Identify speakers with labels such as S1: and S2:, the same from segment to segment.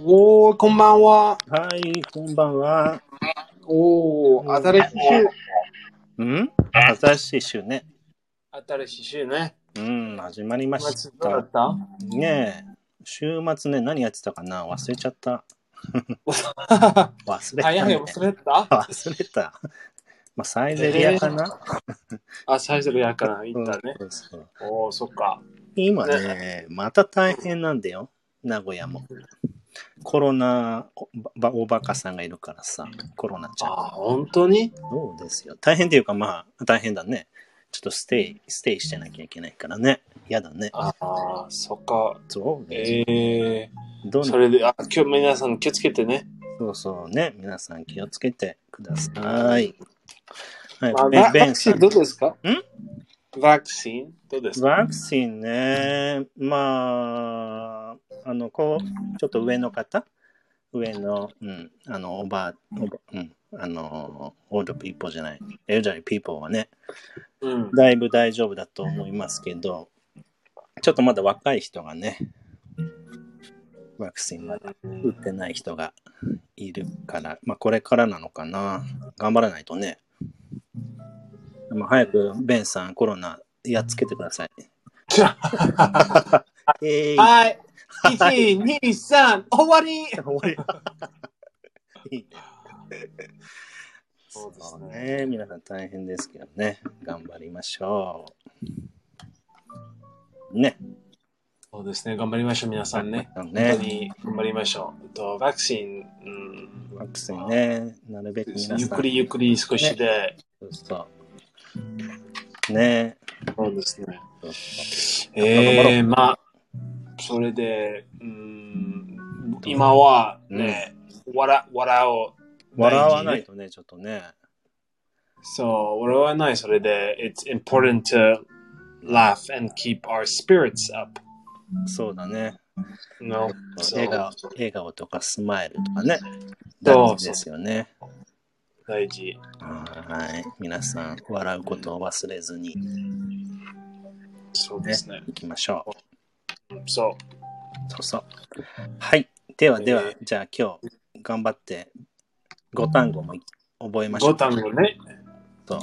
S1: おー、こんばんは。
S2: はい、こんばんは。
S1: おー、新しい週。
S2: うん新しい週ね。
S1: 新しい週ね。
S2: うん、始まりまし
S1: どうだ
S2: た
S1: っ。た
S2: ねえ、週末ね、何やってたかな忘れちゃった。 忘れた、ね。
S1: 早い、忘れた
S2: 忘れた。まあ、サイゼリアかな、
S1: あ、最初のやから行ったね。
S2: そうそう
S1: おー、そっか。
S2: 今ね、また大変なんだよ。名古屋も。コロナおばおバカさんがいるからさ、コロナちゃん。
S1: あ、本当に
S2: そうですよ。大変っていうか、まあ、大変だね。ちょっとステイ、ステイしてなきゃいけないからね。嫌だね。
S1: ああ、そっか。
S2: そうですよ。
S1: え
S2: ど
S1: ー、
S2: う
S1: それで、あ、今日皆さん気をつけてね。
S2: そうそうね。皆さん気をつけてください。はい、
S1: まあ、
S2: ベ
S1: ワ
S2: ンベ
S1: ク
S2: ン
S1: チ
S2: さ
S1: ン
S2: ん。
S1: どうですか
S2: ん
S1: ワクチンどうですか
S2: ワクチンね、まあ、あの、こう、ちょっと上の方、上の、うん、あの、おばあ、おばうん、あの、オールピーポーじゃない、エルダリピーポーはね、
S1: うん。
S2: だいぶ大丈夫だと思いますけど、ちょっとまだ若い人がね、ワクチンまだ打ってない人がいるから、まあこれからなのかな。頑張らないとね。まあ早くベンさんコロナやっつけてく ださい。えい、
S1: はい。1、2、3、終 わり
S2: 終わり。いいね
S1: そうですね
S2: ね。皆さん大変ですけどね。頑張りましょう。ね。
S1: そうですね、頑張りましょう、皆さんね。
S2: 本
S1: 本当に頑張りましょう。えっとワクチン、うん、
S2: ワクチンね、なるべく皆さん。
S1: ゆっくりゆっくり少しで、
S2: そうそう。ね
S1: そうですね。
S2: そうそ
S1: えー、まあ、それで、うん、今はね、笑笑おう。
S2: う笑わないとね、ちょっとね。
S1: そう、笑わない。それで、it's important to laugh and keep our spirits up.
S2: そうだね。
S1: No?
S2: 笑顔、笑顔とかスマイルとかね。
S1: そ
S2: 大
S1: う
S2: 事ですよね。
S1: 大事。
S2: はい。皆さん、笑うことを忘れずに
S1: そうですね。
S2: いきましょう。
S1: うんそ
S2: そうそう。はい。ではでは、
S1: え
S2: じゃあ今日、頑張って、5単語も覚え
S1: う、
S2: ましょ
S1: ボ
S2: う。
S1: タンをね。
S2: と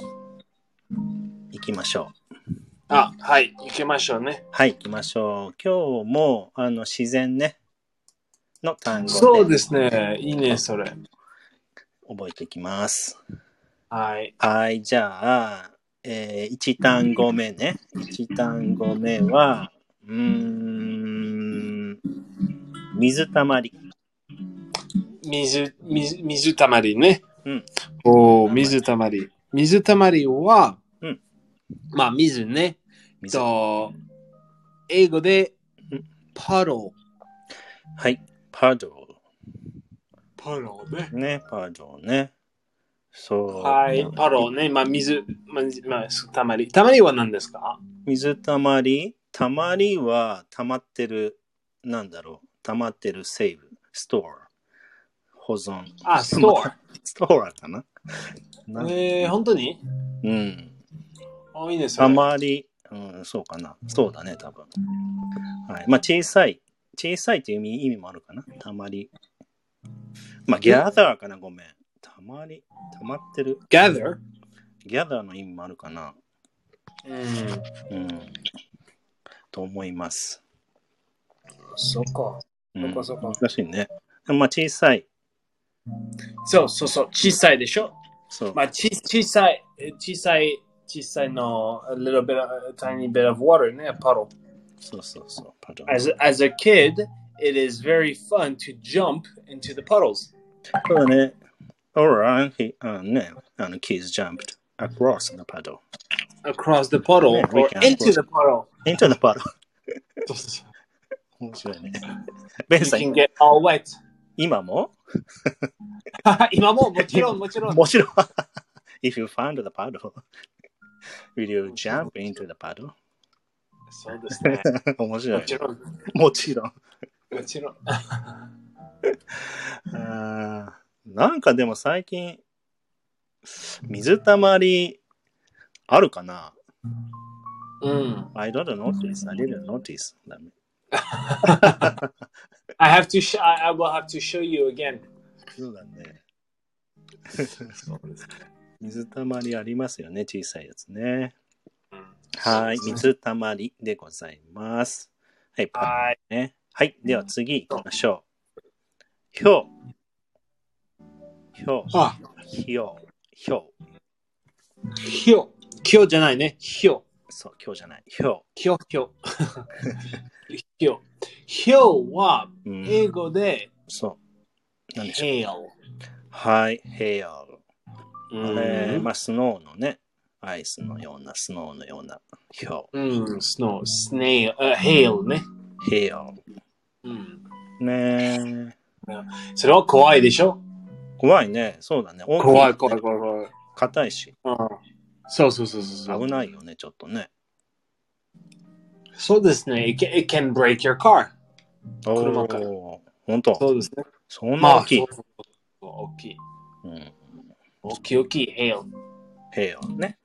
S2: いきましょう。
S1: あ、はい、行きましょうね。
S2: はい、行きましょう。今日も、あの、自然ね、の単語
S1: そう
S2: で
S1: ですね。いいね、それ。
S2: 覚えていきます。
S1: はい。
S2: はい、じゃあ、えー、1単語目ね。1単語目は、うーん、水たまり。
S1: 水、水、水たまりね。
S2: うん。
S1: おお、
S2: 水
S1: 水たまり。水たまりは、
S2: うん
S1: まあ、水ね。
S2: 水
S1: と、英語で
S2: うん、
S1: パロ。
S2: はい、パド
S1: パロね。
S2: ル。ね、パドルね。そう。
S1: はい、パロね。まあ、水、まあ、水まあ、たまり。たまりは何ですか
S2: 水たまり。たまりは、溜まってる、なんだろう。溜まってる、セーブ、ストア、保存。
S1: あ、ストア。
S2: ストーラーかなな
S1: えー、本当に
S2: うん。
S1: あ、いいね、そ
S2: あ
S1: れ。
S2: まり、うん、そうかな。そうだね、多分。はい。まあ、小さい。小さいという意味意味もあるかな。たまり。まあ、ギャザーかな、ごめん。たまり、たまってる。
S1: gather?
S2: ギャザーの意味もあるかな。
S1: うん。
S2: うん。と思います。
S1: そこ。
S2: う
S1: そ
S2: ん
S1: こ、、そこ。
S2: 難しいね。まあ、小さい。
S1: そうそうそう。小さいでしょ
S2: そう。
S1: まあ、ち小さい、え小さい、小さいの、a little bit, a tiny bit of water ね、パロ。
S2: そうそうそう。パドル
S1: As, as a kid, it is very fun to jump into the puddles.
S2: そうだね。Or, he, あね、あの、kids jumped across the paddle.
S1: Across the puddle
S2: Yeah, we
S1: or
S2: can.
S1: into the puddle.
S2: インターのパロ。面白 いね。ベン
S1: You
S2: さ
S1: can
S2: ん、
S1: get all wet.
S2: 今も
S1: 今 ももちろんもちろん。
S2: もちろん。If you found the paddle, will you jump into the paddle?
S1: そうです ね。
S2: 面白い
S1: も
S2: ね。
S1: ちろん。
S2: もちろん。
S1: もちろん。
S2: あーなんかでも最近、水たまりあるかな
S1: うん。Mm.
S2: ?I don't notice. I didn't notice.
S1: I have to. Sh- I I will have to show you again.
S2: そうだね。
S1: そうですね。
S2: 水たまりありますよね、小さいやつね。
S1: うん
S2: はい、
S1: そうですね
S2: 水たまりでございます。はい、パッ
S1: はい。
S2: ね。はい、では次行きましょう。ひょう。ひょう。
S1: あ、
S2: ひょう。ひょう。
S1: ひょ。きょじゃないね。ひょ。
S2: そう、今日じゃない。ひょ
S1: ひょひ ょ。ひょ。ひょは
S2: う。うん、
S1: 英語で
S2: そう。なんでしょう。
S1: hail。
S2: はい、ヘア。あれ、
S1: うん
S2: まあ、スノーのね、アイスのような、スノーのような、ひょ
S1: うん、スノー、スネー、hail ね。
S2: う。ヘア。
S1: うん。
S2: ね
S1: それは怖いでしょ
S2: え。怖いね。そうだね。大き
S1: 怖い怖い怖い怖い。
S2: 硬いし、
S1: うんそうそうそうそうそう。
S2: 危ないよね、ちょっとね。
S1: そうですね。It can, it can break your car. 車から
S2: おー。本当。
S1: そうですね。
S2: そんな大きい。
S1: そうそうそう大きい。
S2: うん。
S1: 大きい大きい hail。
S2: ヘアね。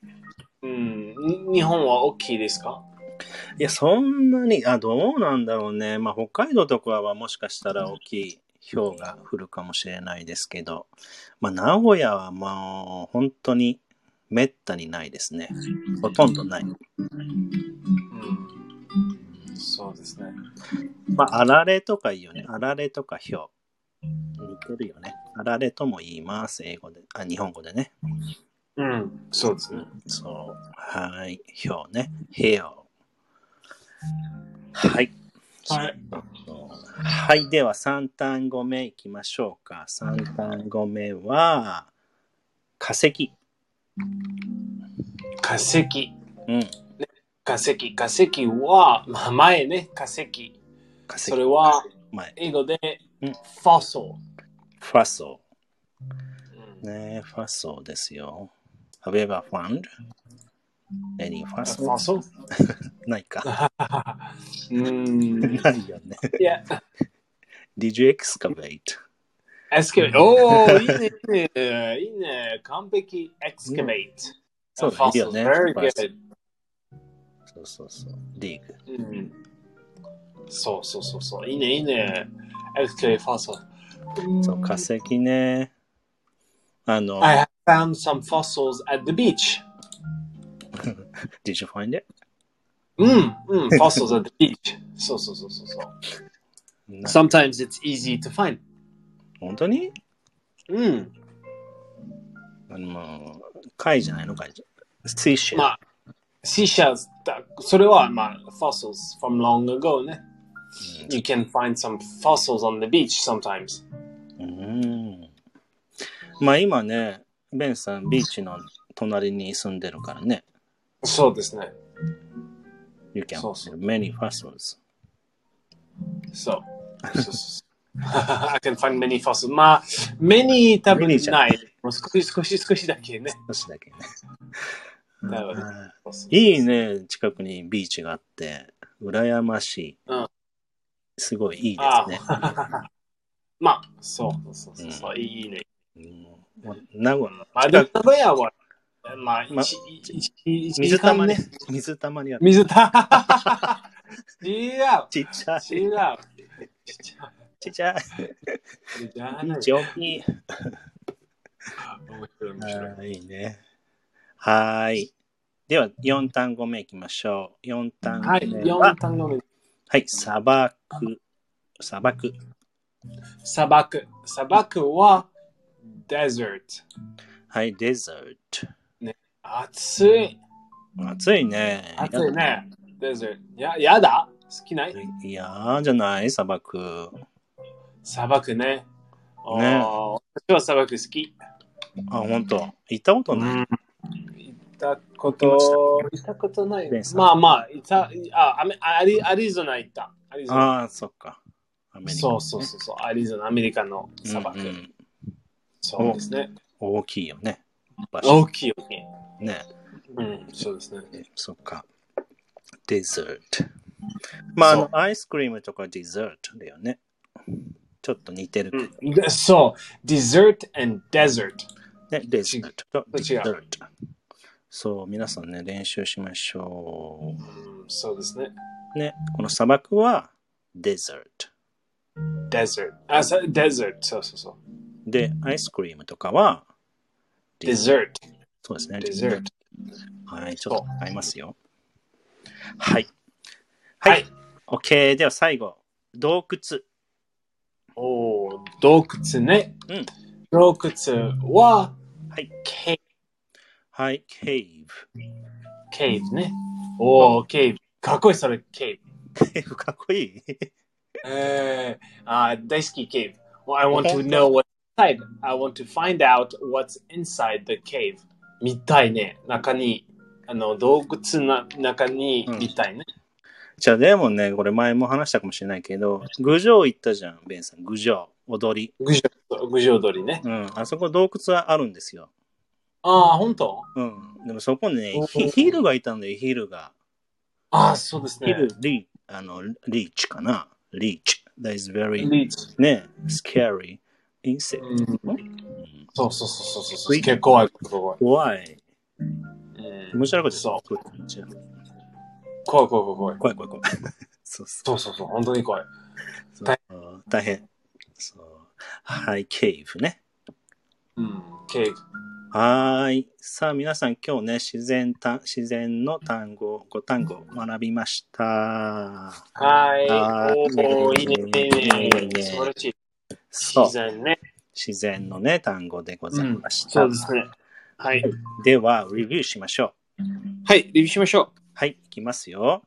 S1: うん。に日本は大きいですか
S2: いや、そんなに、あ、どうなんだろうね。まあ、北海道とかはもしかしたら大きい氷が降るかもしれないですけど、まあ、名古屋はもう本当にめったにないですね。ほとんどない。
S1: うん。そうですね。
S2: まあ、あられとかいいよね。あられとか氷。似てるよね。あられとも言います。英語で。あ、日本語でね。
S1: うん。そうですね。
S2: そう。はい。氷ね。氷。は
S1: は
S2: い。
S1: い。
S2: はい。では、3単語目いきましょうか。3単語目は、化石。
S1: 化石。
S2: うん。
S1: 化石。化石は、まあ、前ね、化石。
S2: 化石
S1: そ。れは
S2: 前。
S1: 英語で
S2: うん
S1: fossil。
S2: ファソ
S1: うん
S2: ー。ねファソーですよ。Have you ever found any fossil?
S1: fossil?
S2: ないか。
S1: うん。
S2: ないよね。
S1: いや、
S2: Did you excavate?
S1: excavate。おー、いいね、いいね。いいね。完璧。excavate。
S2: そうだ、いいよね。
S1: Very
S2: fossil
S1: good.
S2: そうそうそう。dig。
S1: うん。そうそうそうそう。いいね、いいね。excavate fossil。
S2: そう、化石ね。あの、
S1: I have found some fossils at the beach.
S2: Did you find it?
S1: うん、 うん、fossils at the beach. そうそうそうそうそう。
S2: な
S1: Sometimes it's easy to find.
S2: 本当に
S1: うん。
S2: あの、貝じゃないの貝じゃ。水晶。
S1: まあ、seashells だ、それはまあ、fossils from long ago ね。You can find some fossils on the beach sometimes.
S2: うん。まあ今ね、ベンさんビーチの隣に住んでるからね。
S1: そうですね。
S2: You can
S1: そうそう
S2: many fossils.
S1: そう。そうそうそう I can find many fossils. まあ、many 多分
S2: Many じゃ
S1: ない。もう少し少し少しだけね。
S2: 少しだけね。
S1: 多分
S2: あーいいね、近くにビーチがあって。羨ましい。
S1: うん
S2: すごいいいで
S1: あ
S2: すね。
S1: あ。まあ、そうそうそうそう、いいね。
S2: うん名古屋
S1: まあ、でも名古屋は、まあ、一、一、一一
S2: 水
S1: 時
S2: た
S1: 間
S2: まり
S1: ね。、
S2: 水たまりある。
S1: 水 た。違う。
S2: ちっちゃい。
S1: 違う。違う。
S2: ちっちゃい。
S1: じゃあ
S2: ビーチ大きい。
S1: 面白い面白い。
S2: あーいいね。はーい。では、4単語目いきましょう。4単語
S1: はい、
S2: 目は、は
S1: 四単語目。
S2: い、砂漠。砂漠。
S1: 砂漠。砂漠は、desert。
S2: はい、デザート。
S1: 暑い。
S2: 暑いね。
S1: 暑いね。desert。や、やだ好きない
S2: いやーじゃない、砂漠。
S1: 砂漠ね。あー私は砂漠好き。
S2: あ、本当。行ったことない。
S1: 行ったこと、行ったことない
S2: ベン。さん
S1: まあまあ、行った、あ、アメアリアリゾナ行った。アリゾナ。
S2: ああ、そっか。アメリカ、
S1: そうそうそうそう、アリゾナ、アメリカの砂漠。
S2: うんうん
S1: そうですね。
S2: 大きいよね。場所
S1: 大きい大きい。
S2: ね。
S1: うん、そうですね。
S2: そっか。デザート。まあ、あ
S1: そ
S2: の
S1: う、
S2: アイスクリームとかデザートだよね。ちょっと似てるけど。
S1: うん、でそう、desert and desert。
S2: ね、デザートとデ
S1: 違
S2: ザ
S1: う
S2: ート。そう、皆さんね、練習しましょ
S1: うん、そうですね。
S2: う。ね、この砂漠は desert。
S1: desert. あ、そう desert。そうそうそう。
S2: で、アイスクリームとかは、
S1: dessert。
S2: そうですね。
S1: dessert。
S2: はい、ちょっと買いますよ。はい。
S1: は
S2: はいい。OK。では最後、洞窟。
S1: おお、洞窟ね。
S2: うん
S1: 洞窟は、
S2: はい、
S1: cave,
S2: はい、cave。
S1: cave ね。おお、cave。かっこいい、それ、cave。
S2: cave かっこい い。
S1: えー、あー大好き、cave。Well, I want to know what's inside. I want to find out what's inside the cave. 見たいね。中に、あの、洞窟の中に
S2: うん
S1: 見たいね。
S2: じゃあでもね、これ前も話したかもしれないけど、郡上行ったじゃん、ベンさん。郡上、踊り。
S1: 郡上郡上鳥ね。
S2: うん、あそこ洞窟はあるんですよ。
S1: ああ、本当
S2: うん。でもそこにね
S1: お、
S2: ヒヒルがいたんだよ、ヒルが。
S1: ああ、そうです
S2: ヒ
S1: ね
S2: ル。、リあの、リーチかな。リーチ。That is very,
S1: リーチ。
S2: ね、scary insect.
S1: うん
S2: うん
S1: そうそうそうそうそう。
S2: Sweet
S1: 結構怖い、怖い。
S2: 怖い。
S1: うん
S2: 面白いこと
S1: そ
S2: そう。怖
S1: 怖い、怖い、怖い怖い。
S2: い怖 い怖い。そうそ
S1: そうそうそう、本当に怖い。
S2: う。そう大変。そう。はい、ケイフね。
S1: うん、ケーキ。
S2: はーい。さあ、皆さん、今日ね、自然た、自然の単語、語単語、学びました。
S1: は
S2: はい
S1: い。おお、いい
S2: いい
S1: ね
S2: ね、
S1: いいね、い
S2: い
S1: い
S2: い
S1: ね。
S2: ね
S1: 素晴らしい。
S2: そう
S1: 自。然ね。
S2: 自然のね、単語でございました。
S1: そうですね。はい。
S2: では、レビューしましょう。
S1: はい、レビューしましょ
S2: はい、いきますよ。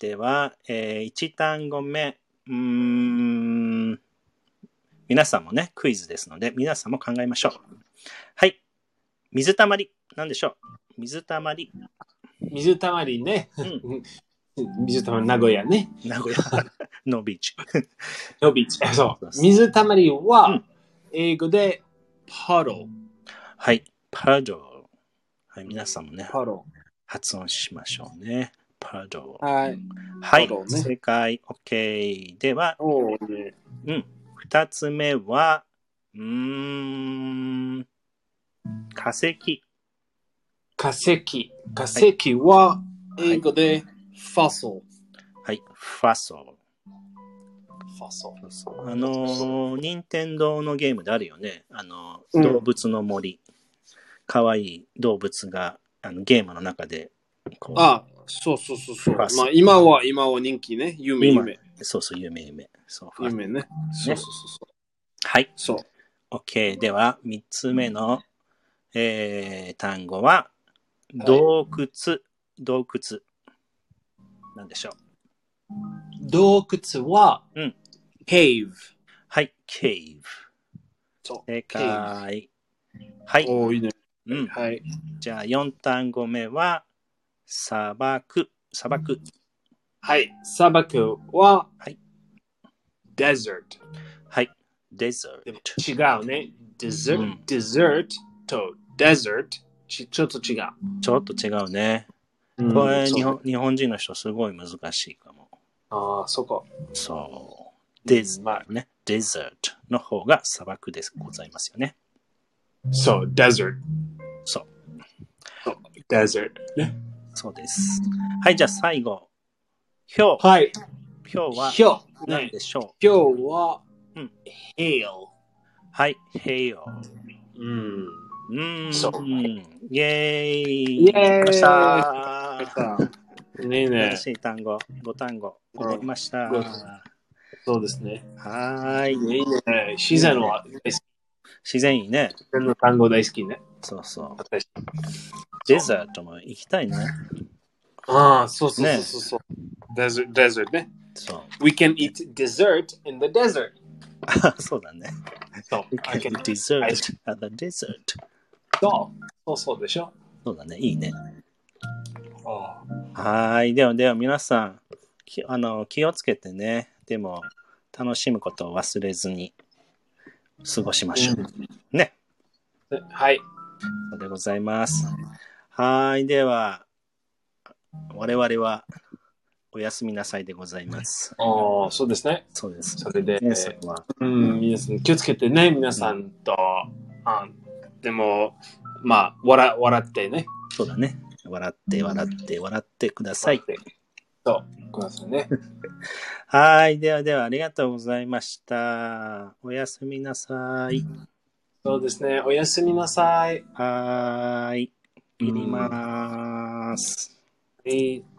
S2: では、え1単語目。うーん。皆さんもね、クイズですので、皆さんも考えましょう。はい。水たまり。何でしょう水たまり。
S1: う。水たまりね。
S2: うん、
S1: 水たまり、名古屋ね。
S2: 名古屋 のビーチ。
S1: のびち。 そ
S2: そう
S1: う。
S2: そう
S1: 水たまり
S2: う
S1: は
S2: ん、
S1: 英語で、パロ。
S2: はい。パドはい、皆さんもね、
S1: パロ。
S2: 発音しましょうね。パド
S1: はい。
S2: は
S1: パ
S2: い
S1: ド、ね
S2: 正解。OK。では、
S1: おお、ね。
S2: 二つ目は、うーん、化石。
S1: 化石。化石は、
S2: い
S1: 英語で、ファソ
S2: はい、ファソ
S1: ル。ファソル。
S2: ル。あのー、任天堂のゲームであるよね。あのー、
S1: うん
S2: 動物の森。かわいい動物があのゲームの中で、こう、
S1: あ、そうそうそうそう。
S2: ファソ
S1: まあ、今は、今は人気ね。夢、
S2: 今
S1: 夢。
S2: そうそう、夢夢。そう、ファソル
S1: 夢ね。そうそうそうそう。
S2: はい、
S1: そう。
S2: OK。では、三つ目の、えー、単語は、洞窟、洞窟。なんでしょう。
S1: 洞窟は、
S2: うん、
S1: cave。
S2: はい、ケイブ。
S1: そう。
S2: 正
S1: cave。
S2: 解。はい。
S1: おーいいね。
S2: うん、
S1: はい。
S2: じゃあ、4単語目は、砂漠。砂漠。
S1: はい。砂漠は、
S2: はい、
S1: desert。
S2: はい。デザ
S1: でも
S2: ート。
S1: 違うね。desert、
S2: うん
S1: desert と desert ちちょっと違う。
S2: ちょっと違うね。
S1: うん
S2: これ、
S1: そう
S2: 日本日本人の人、すごい難しいかも。
S1: ああ、そこ。
S2: そう。デザ
S1: うんまあ
S2: ートね。デザートの方が砂漠です。ございますよね。
S1: そう、desert。
S2: そう。
S1: desert。ね。
S2: そうです。はい、じゃあ最後。ひょう。
S1: はい。
S2: ひょうは
S1: ひょう。
S2: 何
S1: ね。
S2: でしょう、
S1: ひょうは、
S2: うん、
S1: hail。
S2: はい、ヘイオー。
S1: うん。
S2: うーん。
S1: そう
S2: イェーイ。
S1: イェーイ
S2: やりました。
S1: ねえね
S2: 新しい単語、5単語、覚えました。
S1: うん
S2: は
S1: そうですね。
S2: ーい。
S1: いいね。自然は大好き、自
S2: 自然いいね。
S1: 然の単語大好きね。
S2: そうそう。
S1: 私
S2: デザートも行きたいね。
S1: ああ、そうそう
S2: ね
S1: そうそう。デザート、デザートね。
S2: そう。
S1: We can eat dessert in the desert.
S2: あそう だね。
S1: そう。I can eat
S2: dessert at the desert.
S1: そう。そうそうでしょ。
S2: そうだね。いいね。
S1: ああ
S2: はーい。ではでは皆さん、きあの気をつけてね。でも、楽しむことを忘れずに過ごしましょう。ね。
S1: はい。
S2: そうでございます。はーい。では、我々はおやすみなさいでございます。
S1: ああ、そうですね。
S2: そうです。
S1: それで、
S2: 皆さんは、
S1: うん、皆さん気をつけてね、皆さんと。あでも、まあ、笑笑ってね。
S2: そうだね。笑って、笑って、笑ってください。
S1: そう、くださいね。
S2: はい。ではでは、ありがとうございました。おやすみなさい。
S1: そうですね。おやすみなさい。
S2: はーい。切りまーす。
S1: えー